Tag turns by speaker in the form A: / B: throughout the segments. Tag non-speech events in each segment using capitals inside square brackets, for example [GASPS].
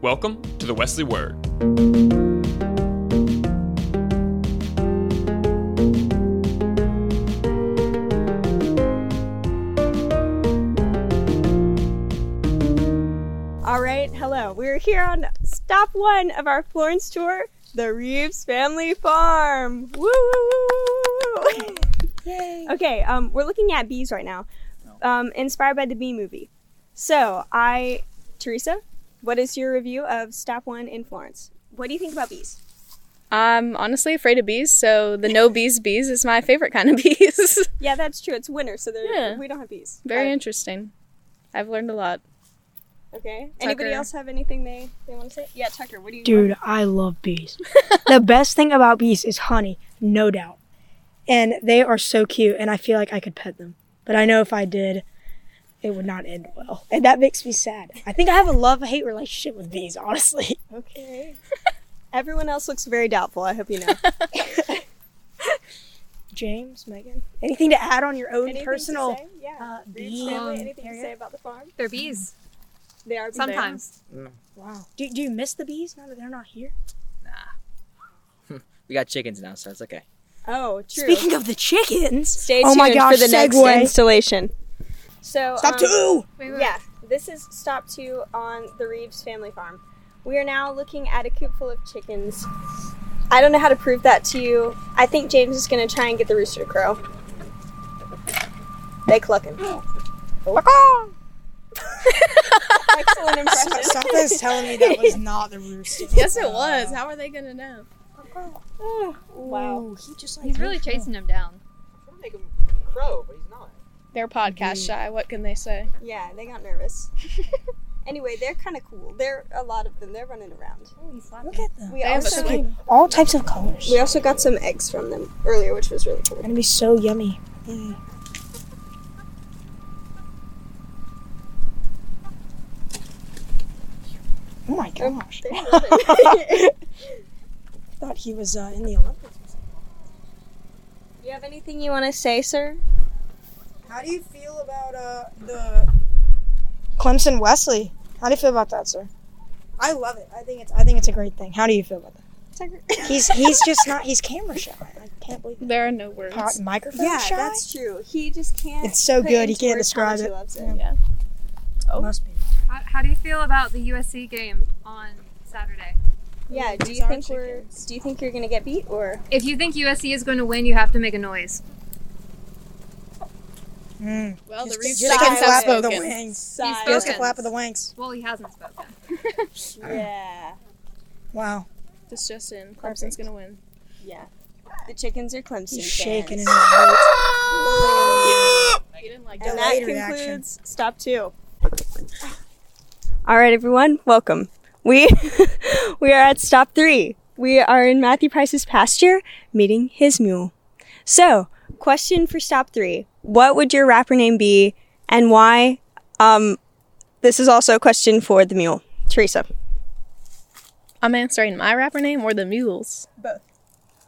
A: Welcome to the Wesley Word.
B: All right, hello. We're here on stop one of our Florence tour, the Reeves Family Farm. Woo! woo, woo, woo, woo.
C: [LAUGHS] Yay.
B: okay, um, we're looking at bees right now, um, inspired by the Bee Movie. So, I, Teresa, what is your review of stop one in Florence? What do you think about bees?
C: I'm honestly afraid of bees, so the no bees bees is my favorite kind of [LAUGHS] bees.
B: Yeah, that's true. It's winter, so there,
C: Yeah.
B: we don't have bees.
C: Very
B: Uh,
C: interesting. I've learned a lot.
B: Okay. Anybody
C: Tucker.
B: else have anything they, they want to say? Yeah, Tucker, what do you
D: Dude, I love bees. [LAUGHS] the best thing about bees is honey, no doubt. And they are so cute, and I feel like I could pet them. But I know if I did, it would not end well. And that makes me sad. I think I have a love hate relationship with bees, honestly. [LAUGHS]
B: Okay. [LAUGHS] Everyone else looks very doubtful. I hope
C: [LAUGHS]
B: you know.
D: James, Megan, anything to add on your own
B: Anything to
D: personal?
B: say? Yeah.
D: uh,
B: Reeves
D: bee,
B: family,
D: um,
B: anything to
D: area?
B: say about the farm? Mm-hmm.
E: They're bees.
B: They are bees.
E: Sometimes.
D: Wow. Do, do you miss the bees now that they're not here?
F: We got chickens now, so it's okay.
B: Oh, true.
D: Speaking of the chickens,
B: Stay
D: Oh
B: tuned
D: my
B: for
D: gosh,
B: the next
D: segue.
B: installation. So
D: stop
B: um,
D: two.
E: Wait, wait,
B: Yeah, this is stop two on the Reeves family farm. We are now looking at a coop full of chickens. I don't know how to prove that to you. I think James is going to try and get the rooster to crow. They clucking. Cluck-ah! [LAUGHS] Excellent impression.
G: Something's telling me that was not the rooster.
D: [LAUGHS]
C: Yes, it was. How are they gonna know?
B: Oh, wow.
G: Ooh, he just like
E: He's really chasing them down.
F: I'm to make him crow, but he's not.
C: They're podcast shy. What can they say?
B: Yeah, they got [LAUGHS] nervous. anyway, they're kind of cool. They're a lot of them. They're running around.
D: Look at them.
B: We
C: They have a
B: also
C: sweet-
D: All types of colors.
B: we also got some eggs from them earlier, which was really cool.
D: Gonna be so yummy. Mm. Oh
G: [LAUGHS]
D: my gosh!
B: They're
D: I [LAUGHS] thought he was uh, in the Olympics.
B: you have anything you want to say, sir?
G: How do you feel about uh the
D: Clemson Wesley. How do you feel about that, sir?
G: I love it. I think it's
D: I think it's a great thing. How do you feel about that?
B: Tucker?
D: [LAUGHS] He's he's just not. He's camera shy. I can't believe
C: There are no words.
D: pot microphone [LAUGHS]
B: yeah,
D: shy.
B: that's true. He just can't.
D: It's so
B: put
D: good, he
B: into
D: can't
B: words how much
D: describe
B: he
D: it.
B: loves
C: Yeah.
G: Oh.
D: Must be.
E: How, how do you feel about the USC game on Saturday?
B: Yeah. Do
G: These
B: you
G: are
B: think we're?
G: chickens.
B: Do you think you're gonna get beat or?
E: If you think USC is going to win, you have to make a noise.
D: Mm.
C: Well, the
D: Just-
C: reef
D: just a
B: chickens have
D: flap of the
C: spoken.
D: wings.
B: Side?
E: spoke
D: Just a flap of the wings.
E: Well, he hasn't spoken.
B: Yeah.
D: Wow.
C: This just in.
B: Perfect.
C: Clemson's gonna win.
B: Yeah. The chickens are Clemson
D: He's
B: fans.
D: shaking in his boots.
C: You didn't like
B: And
C: that.
B: that
D: Delayed
B: concludes
D: reaction.
B: stop two. All right, everyone, welcome. We [LAUGHS] we are at stop three. We are in Matthew Price's pasture, meeting his mule. So, question for stop three: What would your rapper name be, and why? Um, this is also a question for the mule, Teresa.
C: I'm answering my rapper name or the mule's. Both.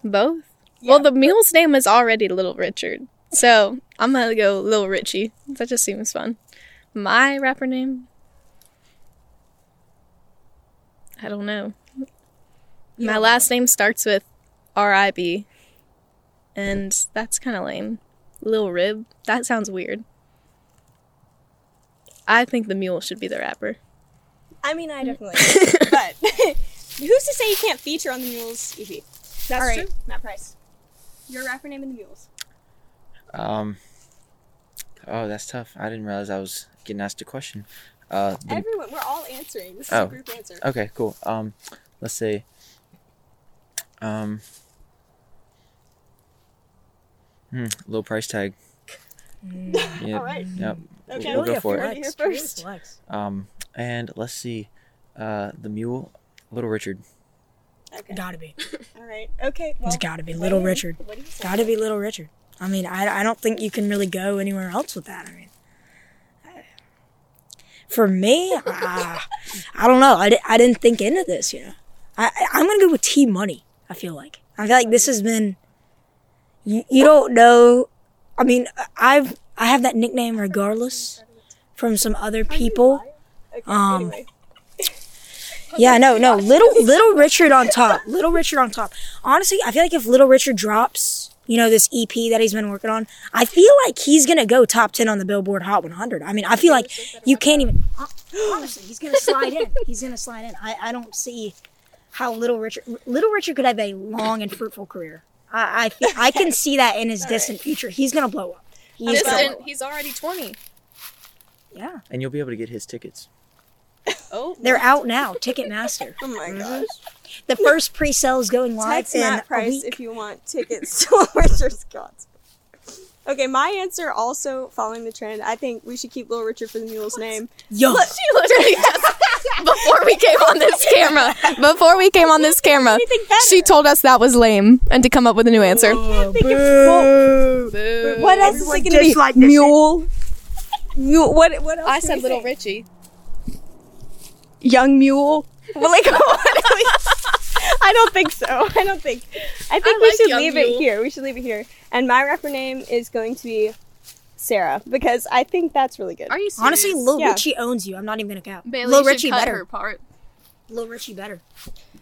C: Both. Well, the mule's name is already Little Richard, so I'm gonna go Little Richie. That just seems fun. My rapper name. I don't know. My last name starts with R I B, and that's kind of lame. Lil Rib. That sounds weird. I think the mule should be the rapper.
B: I mean, I definitely, [LAUGHS] but who's to say you can't feature on the mules E EP? That's
C: true.
B: Matt Price. Your rapper name in the mules.
F: Um. Oh, that's tough. I didn't realize I was getting asked a question. Uh. the-
B: Everyone, we're all answering. This is
F: Oh.
B: a group answer.
F: okay. Cool. Um. Let's say. Um. Hmm, low price tag. Yeah.
B: Mm. [LAUGHS] All right.
F: Yep.
B: Okay.
F: We'll go for
B: heard
F: it.
B: it here first.
F: Um. And let's see. Uh. The mule. Little Richard.
B: Okay.
D: Gotta be.
B: [LAUGHS] All right. Okay. Well,
D: It's gotta be Little
B: what do you-
D: Richard.
B: What do you say?
D: Gotta be Little Richard. I mean, I, I don't think you can really go anywhere else with that. I mean, for me, [LAUGHS] ah, I don't know. I, di- I didn't think into this, you know. I, I- I'm gonna go with T Money, I feel like. I feel like this has been, you, you don't know. I mean, I've, I have that nickname regardless from some other people.
B: Okay,
D: Um,
B: anyway.
D: [LAUGHS] Yeah, no, no. Little Little Richard on top. Little Richard on top. Honestly, I feel like if Little Richard drops, you know, this EP that he's been working on, I feel like he's gonna go top ten on the Billboard Hot 100. I mean, I feel like you can't even. hon- Honestly, he's gonna slide in. He's gonna slide in. I, I don't see how Little Richard Little Richard could have a long and fruitful career. I I, feel, I can see that in his distant future. He's gonna blow up. He's gonna blow
C: Distant,
D: up.
C: he's already 20.
D: Yeah,
F: And you'll be able to get his tickets.
C: Oh.
D: they're out now. Ticketmaster.
B: Oh my gosh.
D: The first pre-sale is going live
B: Text
D: in
B: Matt
D: a
B: Price
D: week.
B: if you want [LAUGHS] tickets to Richard Scott's. Okay, my answer also following the trend. I think we should keep Little Richard for the Mule's name.
C: [LAUGHS]
D: Yo,
C: She literally asked before we came on this camera. Before we came on this camera,
B: Anything better?
C: she told us that was lame and to come up with a new answer.
B: I think it's cool. What else is it
D: Everyone
B: going to be?
D: disliked this shit.
B: Mule. Mule. What? What else?
C: I
B: do
C: said
B: we
C: Little
B: say?
C: Richie.
B: Young Mule.
D: [LAUGHS]
B: Well, [LAUGHS] like what? do we- I don't think so. [LAUGHS] I don't think. I think we
C: like
B: should
C: Young
B: leave it
C: Mule.
B: here. We should leave it here. And my rapper name is going to be Sarah because I think that's really good.
E: Are you serious?
D: honestly, Lil
B: Yeah.
D: Richie owns you. I'm not even gonna cap.
E: Bailey
D: Lil
E: should
D: Richie
E: cut
D: better.
E: her part.
D: Lil Richie better.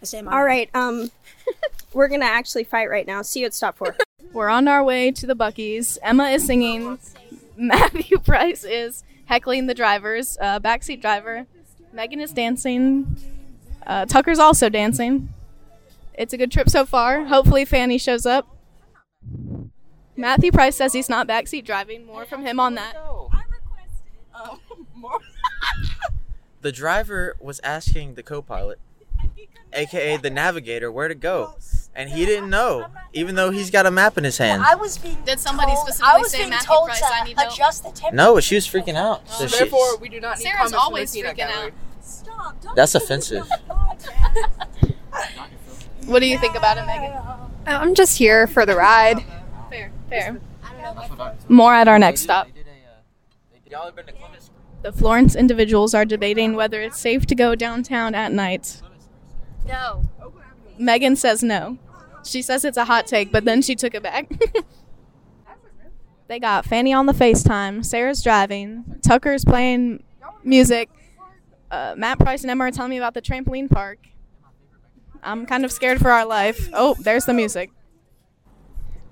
D: I say my
B: All right. Um, [LAUGHS] we're gonna actually fight right now. See you at stop [LAUGHS] four.
C: We're on our way to the Buckies. Emma is singing. Matthew [LAUGHS] Price is heckling the drivers, uh, backseat driver. Megan is dancing. Uh, Tucker's also dancing. It's a good trip so far. Hopefully, Fanny shows up. Matthew Price says he's not backseat driving. More from him on that.
F: The driver was asking the co-pilot, aka the navigator, where to go, and he didn't know, even though he's got a map in his hand.
D: was being
C: Did somebody told- specifically I was say being Matthew told Price, to I need
E: Oh.
C: help?
D: adjust the temperature.
F: No, she was freaking out. So she,
A: Therefore, we do not need
C: Sarah's
A: comments from
C: always
A: the peanut
C: freaking
A: gallery.
F: that's offensive.
C: What do you think about it, Megan?
E: I'm just here for the ride.
C: Fair, fair. More at our next stop. The Florence individuals are debating whether it's safe to go downtown at night.
E: No.
C: Megan says no. She says it's a hot take, but then she took it back. they got Fanny on the FaceTime. Sarah's driving. Tucker's playing music. Uh, Matt Price and Emma are telling me about the trampoline park. I'm kind of scared for our life. Oh, there's the music.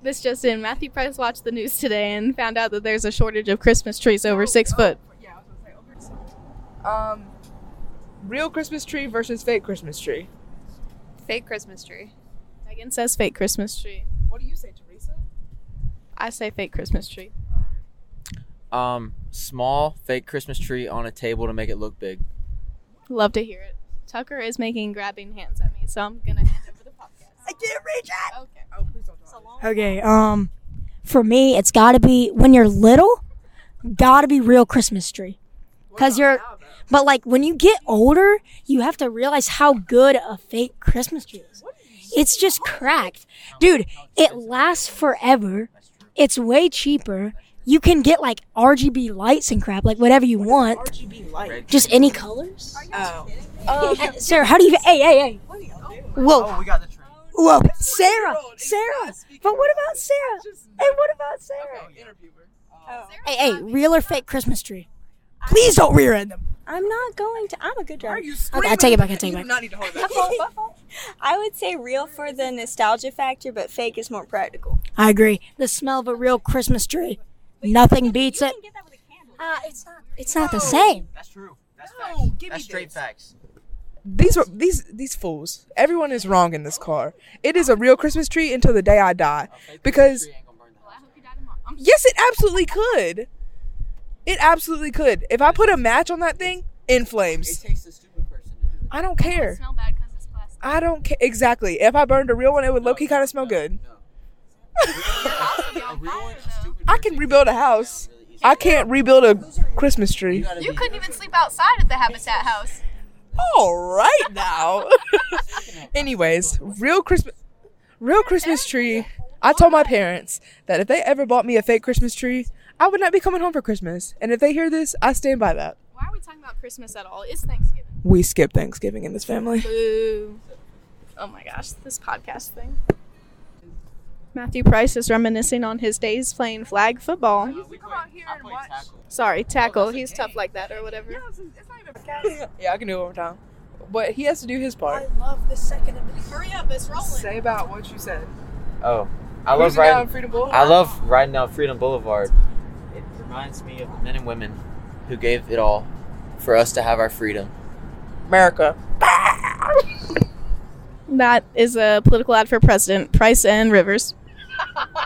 C: This just in. Matthew Price watched the news today and found out that there's a shortage of Christmas trees over six foot.
A: Yeah, I was gonna say over. Um, real Christmas tree versus fake Christmas tree.
E: Fake Christmas tree.
C: Megan says fake Christmas tree.
A: What do you say, Teresa?
C: I say fake Christmas tree.
F: Um, small fake Christmas tree on a table to make it look big.
C: Love to hear it. Tucker is making grabbing hands at me, so I'm gonna hand over the podcast.
G: I can't reach it.
C: Okay.
A: Oh, please don't talk.
D: Okay, um, for me, it's got to be when you're little, got to be real Christmas tree. Cause you're, but like when you get older, you have to realize how good a fake Christmas tree is. It's just cracked, dude. It lasts forever. It's way cheaper. You can get like RGB lights and crap, like whatever you want,
G: RGB light.
D: just any colors.
G: Oh.
D: Sarah, how do you? Hey, hey, hey! Whoa,
F: we got the tree.
D: whoa, Sarah, Sarah. But what about Sarah?
A: Just
D: Hey, what about Sarah?
A: interviewer.
B: Oh.
D: Hey, hey, real or fake Christmas tree? Please don't rear end them.
B: I'm not going to. I'm a good driver.
A: you
D: Okay, I take it back. I take it back.
A: not need to hold that.
B: [LAUGHS] I would say real for the nostalgia factor, but fake is more practical.
D: I agree. The smell of a real Christmas tree, nothing beats it. Uh, it's not. It's not the same.
F: That's true. That's
A: No, give me
F: That's straight
A: this.
F: facts.
A: These were these these fools. Everyone is wrong in this car. It is a real Christmas tree until the day I die. Because yes, it absolutely could. It absolutely could. If I put a match on that thing, in flames.
F: takes a stupid person to do
A: I don't care.
E: Smell bad because it's plastic.
A: I don't care. Exactly. If I burned a real one, it would low key kind of smell
E: [LAUGHS]
A: good. I can rebuild a house. I can't rebuild a Christmas tree.
E: You couldn't even sleep outside at the Habitat House.
A: All right
G: [LAUGHS]
A: now. [LAUGHS] Anyways, real Christmas, real Christmas tree. I told my parents that if they ever bought me a fake Christmas tree, I would not be coming home for Christmas. And if they hear this, I stand by that.
C: Why are we talking about Christmas at all? It's Thanksgiving.
A: We skip Thanksgiving in
G: [LAUGHS]
A: this family.
C: Boo. Oh my gosh, this podcast thing. Matthew Price is reminiscing on his days playing flag football. Sorry, tackle. He's tough like that or whatever.
A: Yeah, I can do it one more time. but he has to do his
G: I
A: part.
G: love the second amendment.
H: Hurry up, it's rolling.
A: Say about what you said.
F: Oh, I love
A: Cruising down
F: riding.
A: Freedom Boulevard.
F: I love riding down Freedom Boulevard. It reminds me of the men and women who gave it all for us to have our freedom.
A: America.
C: That is a political ad for president, Price and Rivers.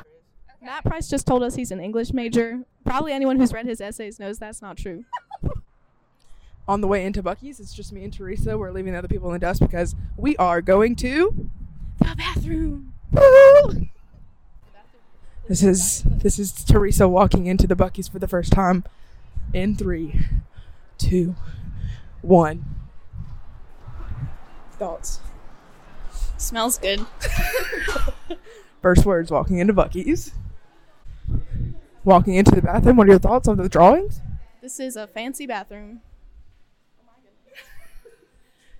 C: [LAUGHS] Matt Price just told us he's an English major. Probably anyone who's read his essays knows that's not true.
A: On the way into Bucky's, it's just me and Teresa. We're leaving the other people in the dust because we are going to
C: The bathroom.
A: Woo! [LAUGHS] This is this is Teresa walking into the Bucky's for the first time in three, two, one. Thoughts.
C: Smells good.
A: First words walking into Bucky's. Walking into the bathroom, what are your thoughts on the drawings?
C: This is a fancy bathroom.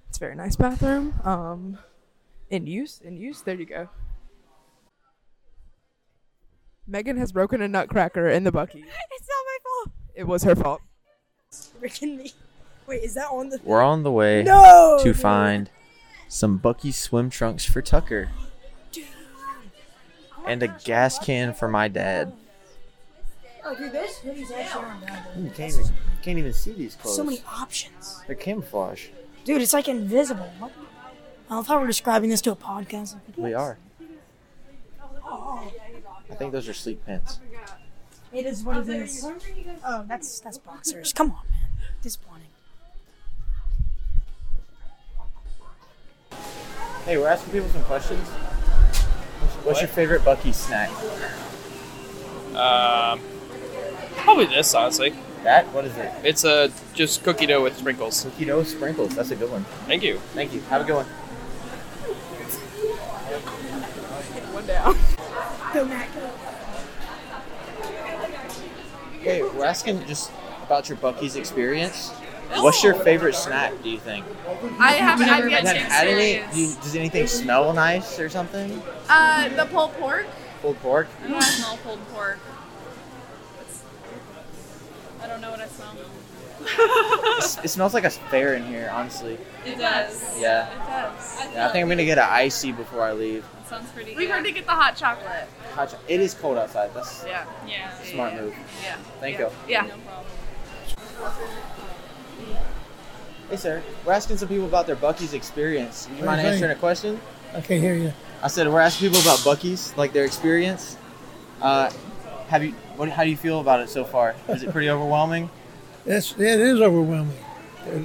A: It's a very nice bathroom. Um in use, in use, there you go. Megan has broken a nutcracker in the [LAUGHS] Bucky.
G: It's not my fault.
A: It was her fault.
G: Rick and me. Wait, is that on the?
F: We're on the way
G: No.
F: to find some Bucky swim trunks for Tucker and a gas can for my dad.
G: Oh, dude, those hoodies actually aren't bad.
F: You can't even, can't even see these clothes.
D: So many options.
F: They're camouflage.
D: Dude, it's like invisible. What? I thought we were describing this to a podcast. Oh.
F: We are. I think those are sleep pants.
D: It is what it is. Oh, that's that's boxers. Come on, man. Disappointing.
F: Hey, we're asking people some questions. What's your favorite Bucky snack?
I: Um, probably this, honestly.
F: That? What is it?
I: It's a just cookie dough with sprinkles.
F: You know, sprinkles. That's a good one.
I: Thank you.
F: Thank you. Have a good one. One down. Go, Matt. Hey, we're asking just about your Bucky's experience. What's your favorite snack? Do you think?
E: I haven't had
F: Does that add any- do you- does anything smell nice or something?
E: Uh, the pulled pork.
F: Pulled
E: [LAUGHS]
F: pork.
E: I don't smell pulled pork. I don't know what I smell.
F: It's- It smells like a fair in here, honestly.
E: It does.
F: Yeah.
E: It does.
F: yeah I think I'm gonna get an icy before I leave.
E: sounds pretty good. We heard to get the hot chocolate.
F: Hot cho- It is cold outside. That's
E: Yeah. Yeah.
F: a smart move.
E: Yeah.
F: Thank you.
E: Yeah.
F: Hey, sir. We're asking some people about their Bucky's experience. You
J: do
F: mind
J: you think?
F: answering a question?
J: I can't hear you.
F: I said we're asking people about Bucky's, like their experience. Uh, have you? What? How do you feel about it so far? Is it pretty [LAUGHS] overwhelming?
J: It's, it is overwhelming. It,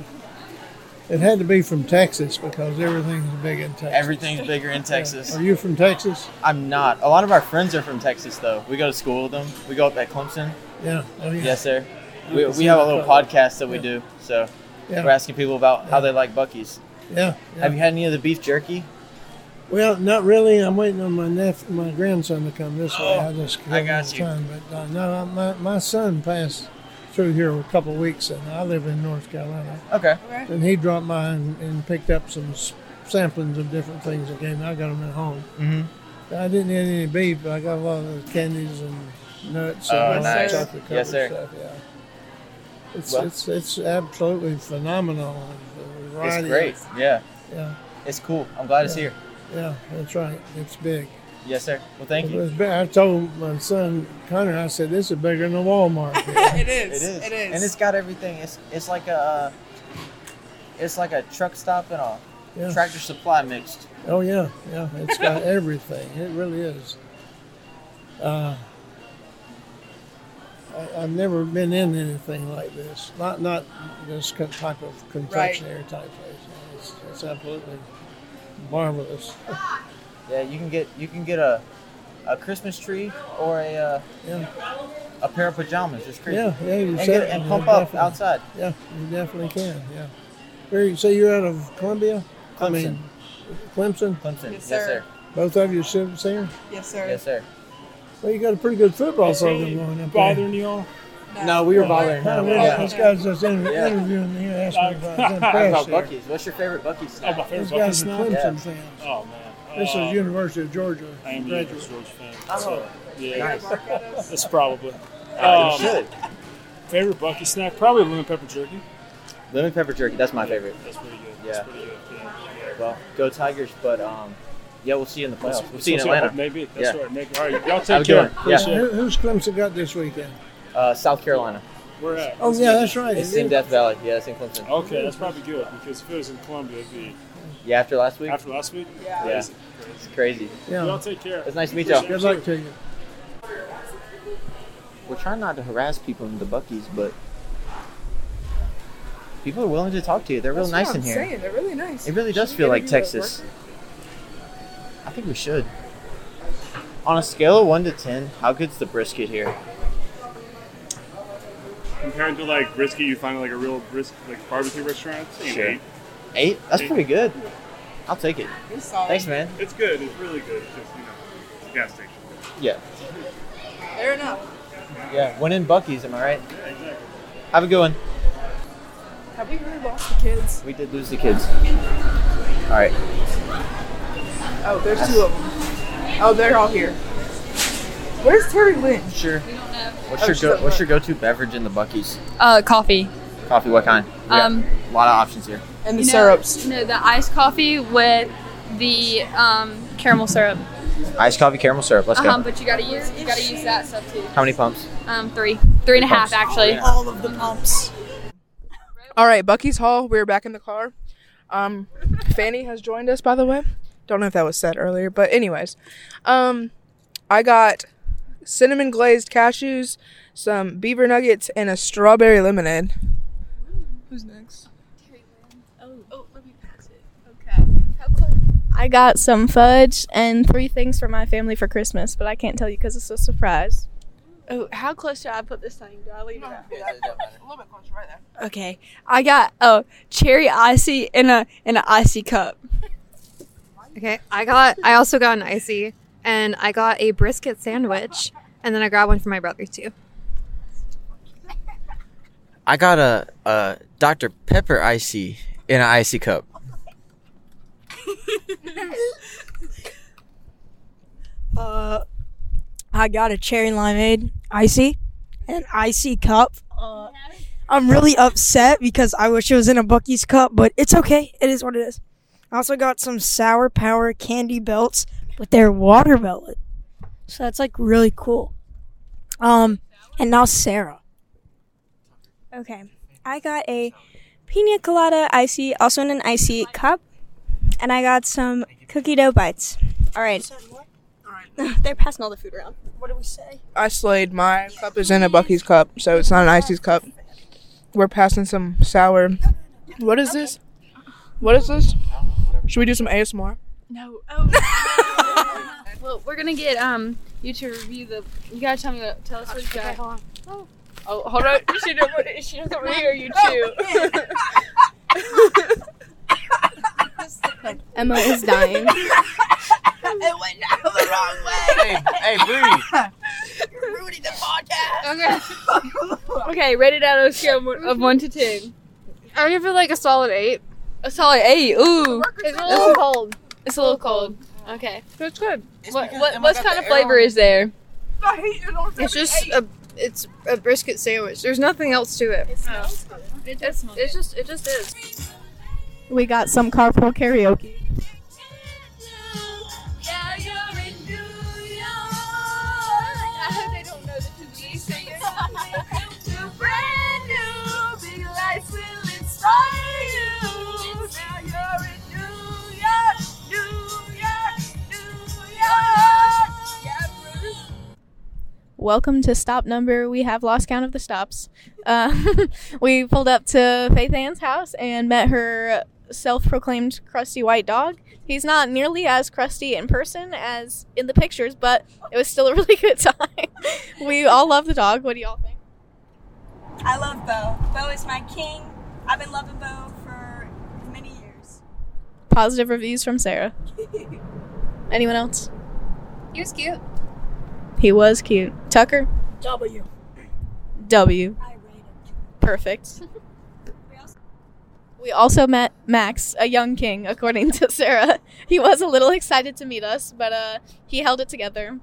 J: it had to be from Texas because everything's big in Texas.
F: Everything's bigger in Texas.
J: Are you from Texas?
F: I'm not. A lot of our friends are from Texas, though. We go to school with them. We go up at Clemson.
J: Yeah. Oh, yeah.
F: Yes, sir. We, we have a little podcast that we do. So
J: Yeah.
F: we're asking people about how they like Bucky's.
J: Yeah. yeah.
F: Have you had any of the beef jerky?
J: Well, not really. I'm waiting on my nephew, my grandson to come this way. I just
F: Oh, I got
J: all the
F: you.
J: Time. But uh, no, I- my my son passed through here a couple of weeks, and I live in North Carolina,
F: Okay.
J: and he dropped by and, and picked up some s- samplings of different things again. I got them at home.
F: Mm-hmm.
J: I didn't eat any beef, but I got a lot of candies and nuts and
F: Oh,
J: all that
F: nice.
J: chocolate covered
F: Yes, sir.
J: stuff. Yeah, it's
F: Well-
J: it's it's absolutely phenomenal. The
F: It's
J: variety of-
F: great. Yeah.
J: Yeah,
F: It's cool. I'm glad it's here.
J: yeah, that's right. It's big.
F: Yes, sir. Well, thank
J: It
F: you.
J: was big. I told my son Connor, I said, "This is bigger than a Walmart." here."
F: [LAUGHS]
A: It is. It is.
F: And it's got everything. It's it's like a uh, it's like a truck stop and a
J: Yeah.
F: tractor supply mixed.
J: oh yeah, yeah. It's
F: [LAUGHS]
J: got everything. It really is. Uh, I, I've never been in anything like this. Not not this co- type of confectionery type place. It's, it's absolutely marvelous. [LAUGHS]
F: Yeah, you can get you can get a a Christmas tree or a uh,
J: Yeah,
F: a pair of pajamas. It's crazy.
J: yeah, yeah. You
F: And,
J: said
F: get,
J: it.
F: and
J: You
F: pump up
J: definitely-
F: outside.
J: Yeah, you definitely can. Yeah. Very, so you're out of Columbia? I mean, Clemson.
F: Clemson.
G: Yes,
F: Yes, sir.
G: sir.
J: Both of you citizens here?
G: Yes, sir.
F: Yes, sir.
J: Well, you got a pretty good football program going up there.
I: y'all?
F: No, we were bothering
J: Kind of
F: him. Yeah.
J: This guy's just inter-
F: Yeah.
J: interviewing me and
F: [LAUGHS]
J: asking me about it's
F: Talking about
J: impressed here.
F: Bucky's. What's your favorite Bucky snack?
J: This guy's a Clemson
F: Yeah.
J: fan.
I: Oh man.
J: This is University of Georgia
I: I am a
J: graduate.
I: George fan.
F: Oh,
I: Yeah,
F: nice.
I: that's probably
F: Uh,
I: Um,
F: you should.
I: favorite Bucky snack. Probably lemon pepper jerky.
F: Lemon pepper jerky. That's my favorite.
I: That's pretty good.
F: Yeah.
I: Pretty good. Yeah.
F: Well, go Tigers, but um, yeah, we'll see you in the
I: That's-
F: playoffs. We'll see you in
I: that's what I
F: Atlanta.
I: hope, Maybe. That's
F: Yeah.
I: right, Nick. All right, y'all
F: Have a
I: take
F: good
I: care.
F: one. Yeah.
I: Appreciate it.
J: Who, who's Clemson got this weekend?
F: Uh, South Carolina.
I: We're at.
J: Oh yeah, that's right.
F: It's in Death Valley. Yeah, it's in Clemson.
I: Okay, that's probably good because if it was in Columbia, it'd be
F: Yeah, after last week.
I: after last week.
F: Yeah, it's crazy.
I: Y'all
J: Yeah.
I: take care.
F: It's nice to meet y'all.
J: Good luck to you.
F: We're trying not to harass people in the Buckies, but people are willing to talk to you. They're real
A: That's
F: nice
A: what
F: in
A: I'm
F: here.
A: Saying. They're really nice.
F: It really does
A: Should we
F: feel like
A: interview that
F: Texas. I think we should. On a scale of one to ten, how good's the brisket here?
I: Compared to like brisket, you find like a real brisket, like barbecue restaurant. it's an
F: Sure.
I: eight.
F: Eight. That's
I: Eight.
F: pretty good. I'll take it.
A: worker? It's solid.
F: Thanks, man.
I: It's good. It's really good. It's just you know, it's a gas station.
F: Yeah.
A: Fair enough.
F: Yeah. One in Bucky's. Am I right? Have a good one.
A: Have we really lost the kids?
F: We did lose the kids. All right.
A: Oh, there's two of them. Oh, they're all here. Where's Terry Lynn?
F: What's your What's
A: Oh,
F: your
A: she's
F: go
A: at
F: What's
A: work.
F: your go-to beverage in the Bucky's?
E: Uh, coffee.
F: Coffee? What kind? We got
E: Um,
F: a lot of options here.
A: And the
E: you know-
A: syrups.
E: No, the iced coffee with the um, caramel syrup.
F: Iced coffee, caramel syrup. Let's
E: Um,
F: go.
E: but you gotta use you gotta use that stuff too.
F: How many pumps?
E: Um, three, three and a half actually.
G: All of the pumps.
A: All right, Bucky's Hall. We're back in the car. Um, Fanny has joined us, by the way. Don't know if that was said earlier, but anyways, um, I got cinnamon glazed cashews, some beaver nuggets, and a strawberry lemonade. Who's next?
C: I got some fudge and three things for my family for Christmas, but I can't tell you because it's a surprise.
H: Oh, how close do I put this thing? Do I leave it?
A: A little bit closer, right there.
H: Okay, I got a cherry icy in a in an icy cup.
E: Okay, I got. I also got an icy, and I got a brisket sandwich, and then I grabbed one for my brother too.
F: I got a, a Dr. Pepper icy in an icy cup.
D: Uh, I got a cherry limeade icy, an icy cup. Uh, I'm really upset because I wish it was in a Bucky's cup, but it's okay. It is what it is. I also got some Sour Power candy belts, but they're watermelon, so that's like really cool. Um, and now Sarah.
B: Okay. I got a pina colada icy, also in an icy cup, and I got some cookie dough bites. All right. [LAUGHS] They're passing all the food around.
D: What do we say?
A: I slayed. My cup is in a Bucky's cup, so it's not an Icy's cup. We're passing some sour. What is this? What is this? Should we do some ASMR?
H: No.
E: Well, we're gonna get um you to review the. You gotta tell me what. Tell us what you got.
H: Oh, hold on. [LAUGHS] She doesn't. She doesn't read or you chew.
C: Emma [LAUGHS] is dying.
F: hey, hey, Booty.
E: Okay,
H: [LAUGHS] Okay, rate it out of a scale of one- of one to ten.
E: I give it like a solid eight.
H: A solid eight. Ooh,
E: It's a little cold.
H: it's a little cold.
E: Okay,
H: That's good. What what, what kind of flavor is there?
E: it's just a it's a brisket sandwich. There's nothing else to it. It smells. It does. It's just it just is.
C: We got some carpool karaoke.
E: I hope they don't know the two G singers. to brand new big lights will inspire you. Now you're in New York, New York, New York.
C: Welcome to stop number. We have lost count of the stops. Uh, [LAUGHS] we pulled up to Faith Ann's house and met her self-proclaimed crusty white dog. He's not nearly as crusty in person as in the pictures, but it was still a [LAUGHS] really good time. we all love the dog. What do y'all think?
B: I love Bo. Bo is my king. I've been loving Bo for many years.
C: Positive reviews from
E: [LAUGHS]
C: Sarah. Anyone else?
E: He was cute.
C: He was cute. Tucker.
D: W.
C: W.
D: I rate it.
E: [LAUGHS]
C: Perfect. We also met Max, a young king, according to Sarah. [LAUGHS] He was a little excited to meet us, but uh, he held it together.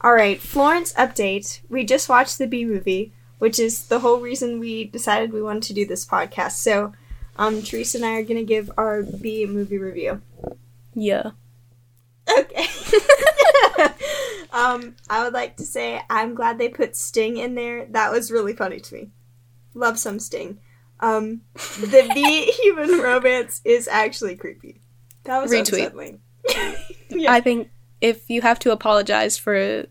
B: All right, Florence update. We just watched the B movie. which is the whole reason we decided we wanted to do this podcast. So, um, Teresa and I are gonna give our B movie review.
C: Yeah.
B: Okay. um, I would like to say I'm glad they put Sting in there. That was really funny to me. Love some Sting. Um,
C: [LAUGHS]
B: the V human romance is actually creepy. That was
C: Retweet.
B: unsettling.
C: I think if you have to apologize for uh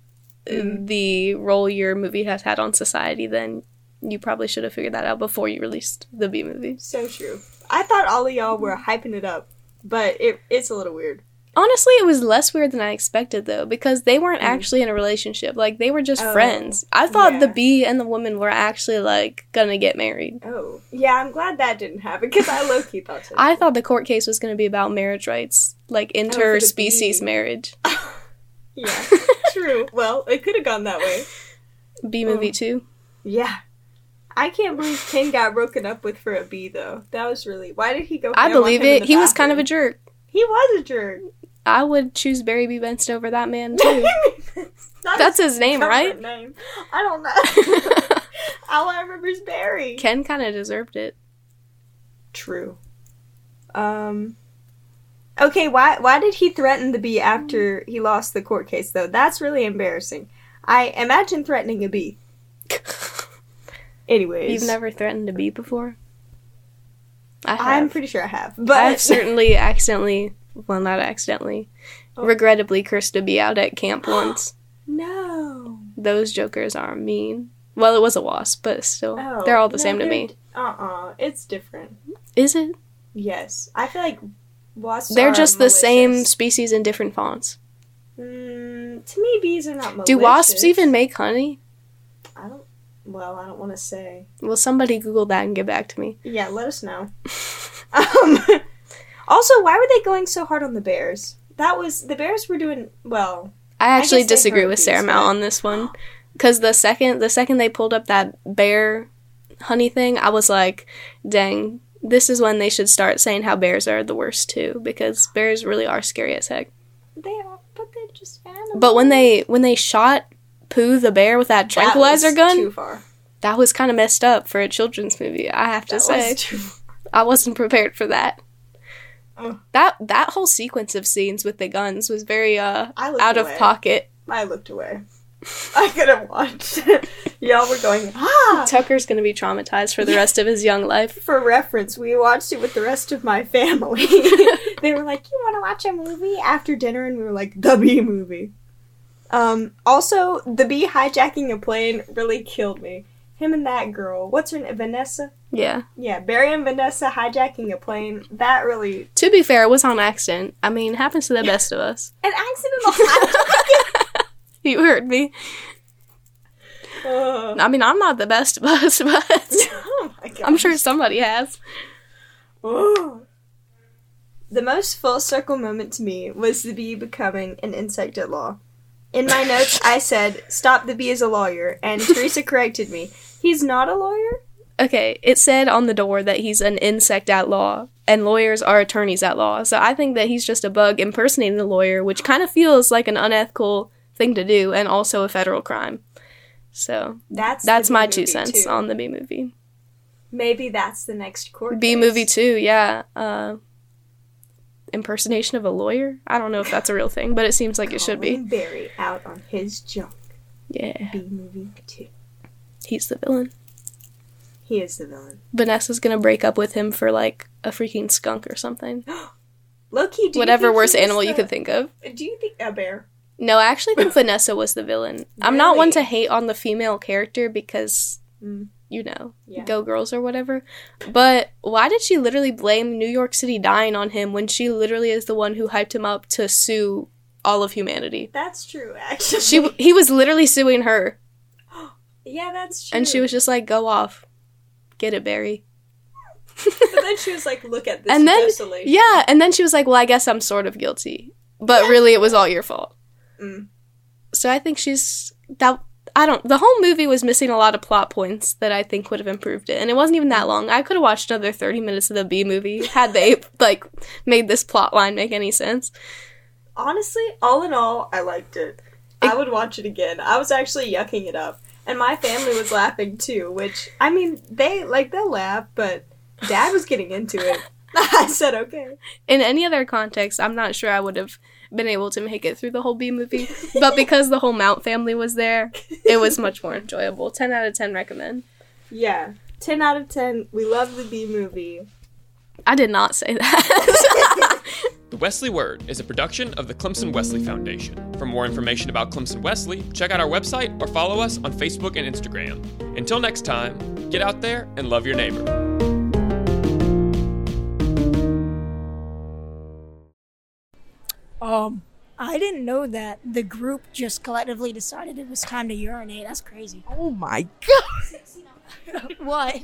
B: Mm-hmm.
C: the role your movie has had on society, then you probably should have figured that out before you released the B movie.
B: So true. I thought all of y'all were hyping it up, but it, it's a little weird.
C: Honestly, it was less weird than I expected though, because they weren't actually in a relationship. Like they were just
B: Mm-hmm. Oh,
C: friends. I thought the
B: yeah.
C: bee and the woman were actually like gonna get married.
B: Oh, yeah, I'm glad that didn't happen because I low key thought so.
C: [LAUGHS] I thought the court case was gonna be about marriage rights, like
B: Oh,
C: interspecies
B: bee.
C: marriage. [LAUGHS]
B: yeah, true. Well, it could have gone that way.
C: B
B: Oh.
C: movie too.
B: Yeah. I can't believe Ken got broken up with for a B though. That was really. Why did he go?
C: I
B: ham on
C: believe
B: him in
C: it.
B: the
C: He was kind of a
B: bathroom?
C: jerk.
B: He was a jerk. [LAUGHS]
C: I would choose Barry B Benson over that man too. That's his name, right?
B: Comfort Name. I don't [LAUGHS] know. All I remember is [LAUGHS] Barry.
C: Ken kind of deserved it.
B: True. Um. Okay, why why did he threaten the bee after he lost the court case though? That's really embarrassing. I imagine threatening a bee. Anyways,
C: You've never threatened to be before. I have.
B: I'm pretty sure I have, but
C: I've [LAUGHS] certainly accidentally, well, not accidentally,
B: Oh.
C: regrettably cursed a bee out at
B: [GASPS]
C: camp once.
B: no.
C: Those jokers are mean. Well, it was a wasp, but still,
B: Oh,
C: they're all the
B: no,
C: same to
B: they're
C: me.
B: d- Uh-uh, it's different.
C: Is it?
B: Yes, I feel like wasps.
C: they're
B: are
C: just the
B: malicious.
C: same species in different fonts.
B: Mm, to me, bees are not malicious.
C: Do wasps even make honey?
B: I don't. Well, I don't want to say.
C: Will somebody Google that and get back to me?
B: Yeah, let us know. um, [LAUGHS] also, why were they going so hard on the bears? That was the bears were doing well.
C: I actually
B: guess they
C: disagree
B: hurt
C: with
B: bees,
C: Sarah Mal
B: but-
C: on this one, because the second the second they pulled up that bear honey thing, I was like, "Dang, this is when they should start saying how bears are the worst too, because bears really are scary as heck."
B: They are, but they're just animals.
C: But when they when they shot Pooh the bear with that
B: That
C: tranquilizer
B: was
C: gun,
B: too far.
C: that was kind of messed up for a children's movie. I have to
B: That
C: say,
B: was too far.
C: [LAUGHS] I wasn't prepared for that.
B: Oh.
C: That that whole sequence of scenes with the guns was very uh
B: I looked
C: out
B: away.
C: of pocket.
B: I looked away. [LAUGHS] I could have watched. [LAUGHS] Y'all were going ah.
C: Tucker's gonna be traumatized for the rest of his young life.
B: For reference, we watched it with the rest of my family. [LAUGHS] they were like, "You want to watch a movie after dinner?" And we were like, "The Bee movie." Um, also, the bee hijacking a plane really killed me. Him and that girl, what's her name, Vanessa?
C: Yeah.
B: Yeah, Barry and Vanessa hijacking a plane. That really
C: To be fair, it was on accident. I mean, happens to the best of us. [LAUGHS]
B: an accident.
C: You heard me.
B: oh
C: I mean, I'm not the best of us, [LAUGHS] but
B: [LAUGHS] my god!
C: I'm sure somebody has.
B: Ooh. Oh. The most full circle moment to me was the bee becoming an insect at law. In my notes, I said, Stop the bee is a lawyer,
C: [LAUGHS]
B: and Teresa corrected me. He's not a lawyer?
C: Okay, it said on the door that he's an insect at law, and lawyers are attorneys at law. So I think that he's just a bug impersonating a lawyer, which kind of feels like an unethical thing to do and also a federal crime. So
B: That's, the
C: that's
B: Bee
C: my two
B: movie,
C: cents
B: too.
C: on the B movie.
B: Maybe that's the next court.
C: B
B: case.
C: movie too, yeah. Uh, impersonation of a lawyer. I don't know if that's a real thing, but it seems like it should be.
B: Colin Barry out on his junk.
C: Yeah,
B: B movie 2.
C: he's the villain.
B: He is the villain.
C: Vanessa's gonna break up with him for like a freaking skunk or
B: [GASPS]
C: something.
B: Loki, do
C: Whatever worst animal you
B: could
C: could think of.
B: think. Do you think a bear?
C: No, I actually
B: [LAUGHS]
C: think Vanessa was the villain. I'm not one to
B: Really?
C: hate on the female character because,
B: Mm.
C: you know,
B: Yeah.
C: go girls or whatever. But why did she literally blame New York City dying on him when she literally is the one who hyped him up to sue all of humanity?
B: That's true, actually.
C: she he was literally suing her
B: yeah, that's true.
C: and she was just like go off get it barry
B: But [LAUGHS] then she was like, "Look at this
C: And then-
B: desolation."
C: yeah and then she was like well i guess i'm sort of guilty but really it was all your fault
B: Mm.
C: so i think she's that i don't the whole movie was missing a lot of plot points that i think would have improved it and it wasn't even that long i could have watched another 30 minutes of the b movie had they [LAUGHS] like made this plot line make any sense
B: Honestly, all in all, I liked it. I would watch it again. I was actually yucking it up. and my family was laughing too. Which I mean, they like they'll laugh, but Dad was getting into it. [LAUGHS] I said okay.
C: In any other context, I'm not sure I would have been able to make it through the whole B movie, but because the whole Mount family was there, it was much more enjoyable. 10 out of 10 recommend.
B: Yeah, ten out of ten. We love the B movie.
C: I did not say that. [LAUGHS]
K: The Wesley Word is a production of the Clemson Wesley Foundation. For more information about Clemson Wesley, check out our website or follow us on Facebook and Instagram. Until next time, get out there and love your neighbor.
D: Um, I didn't know that the group just collectively
A: Oh
D: decided it was time to urinate. That's crazy. [LAUGHS]
L: Oh my
D: god. what?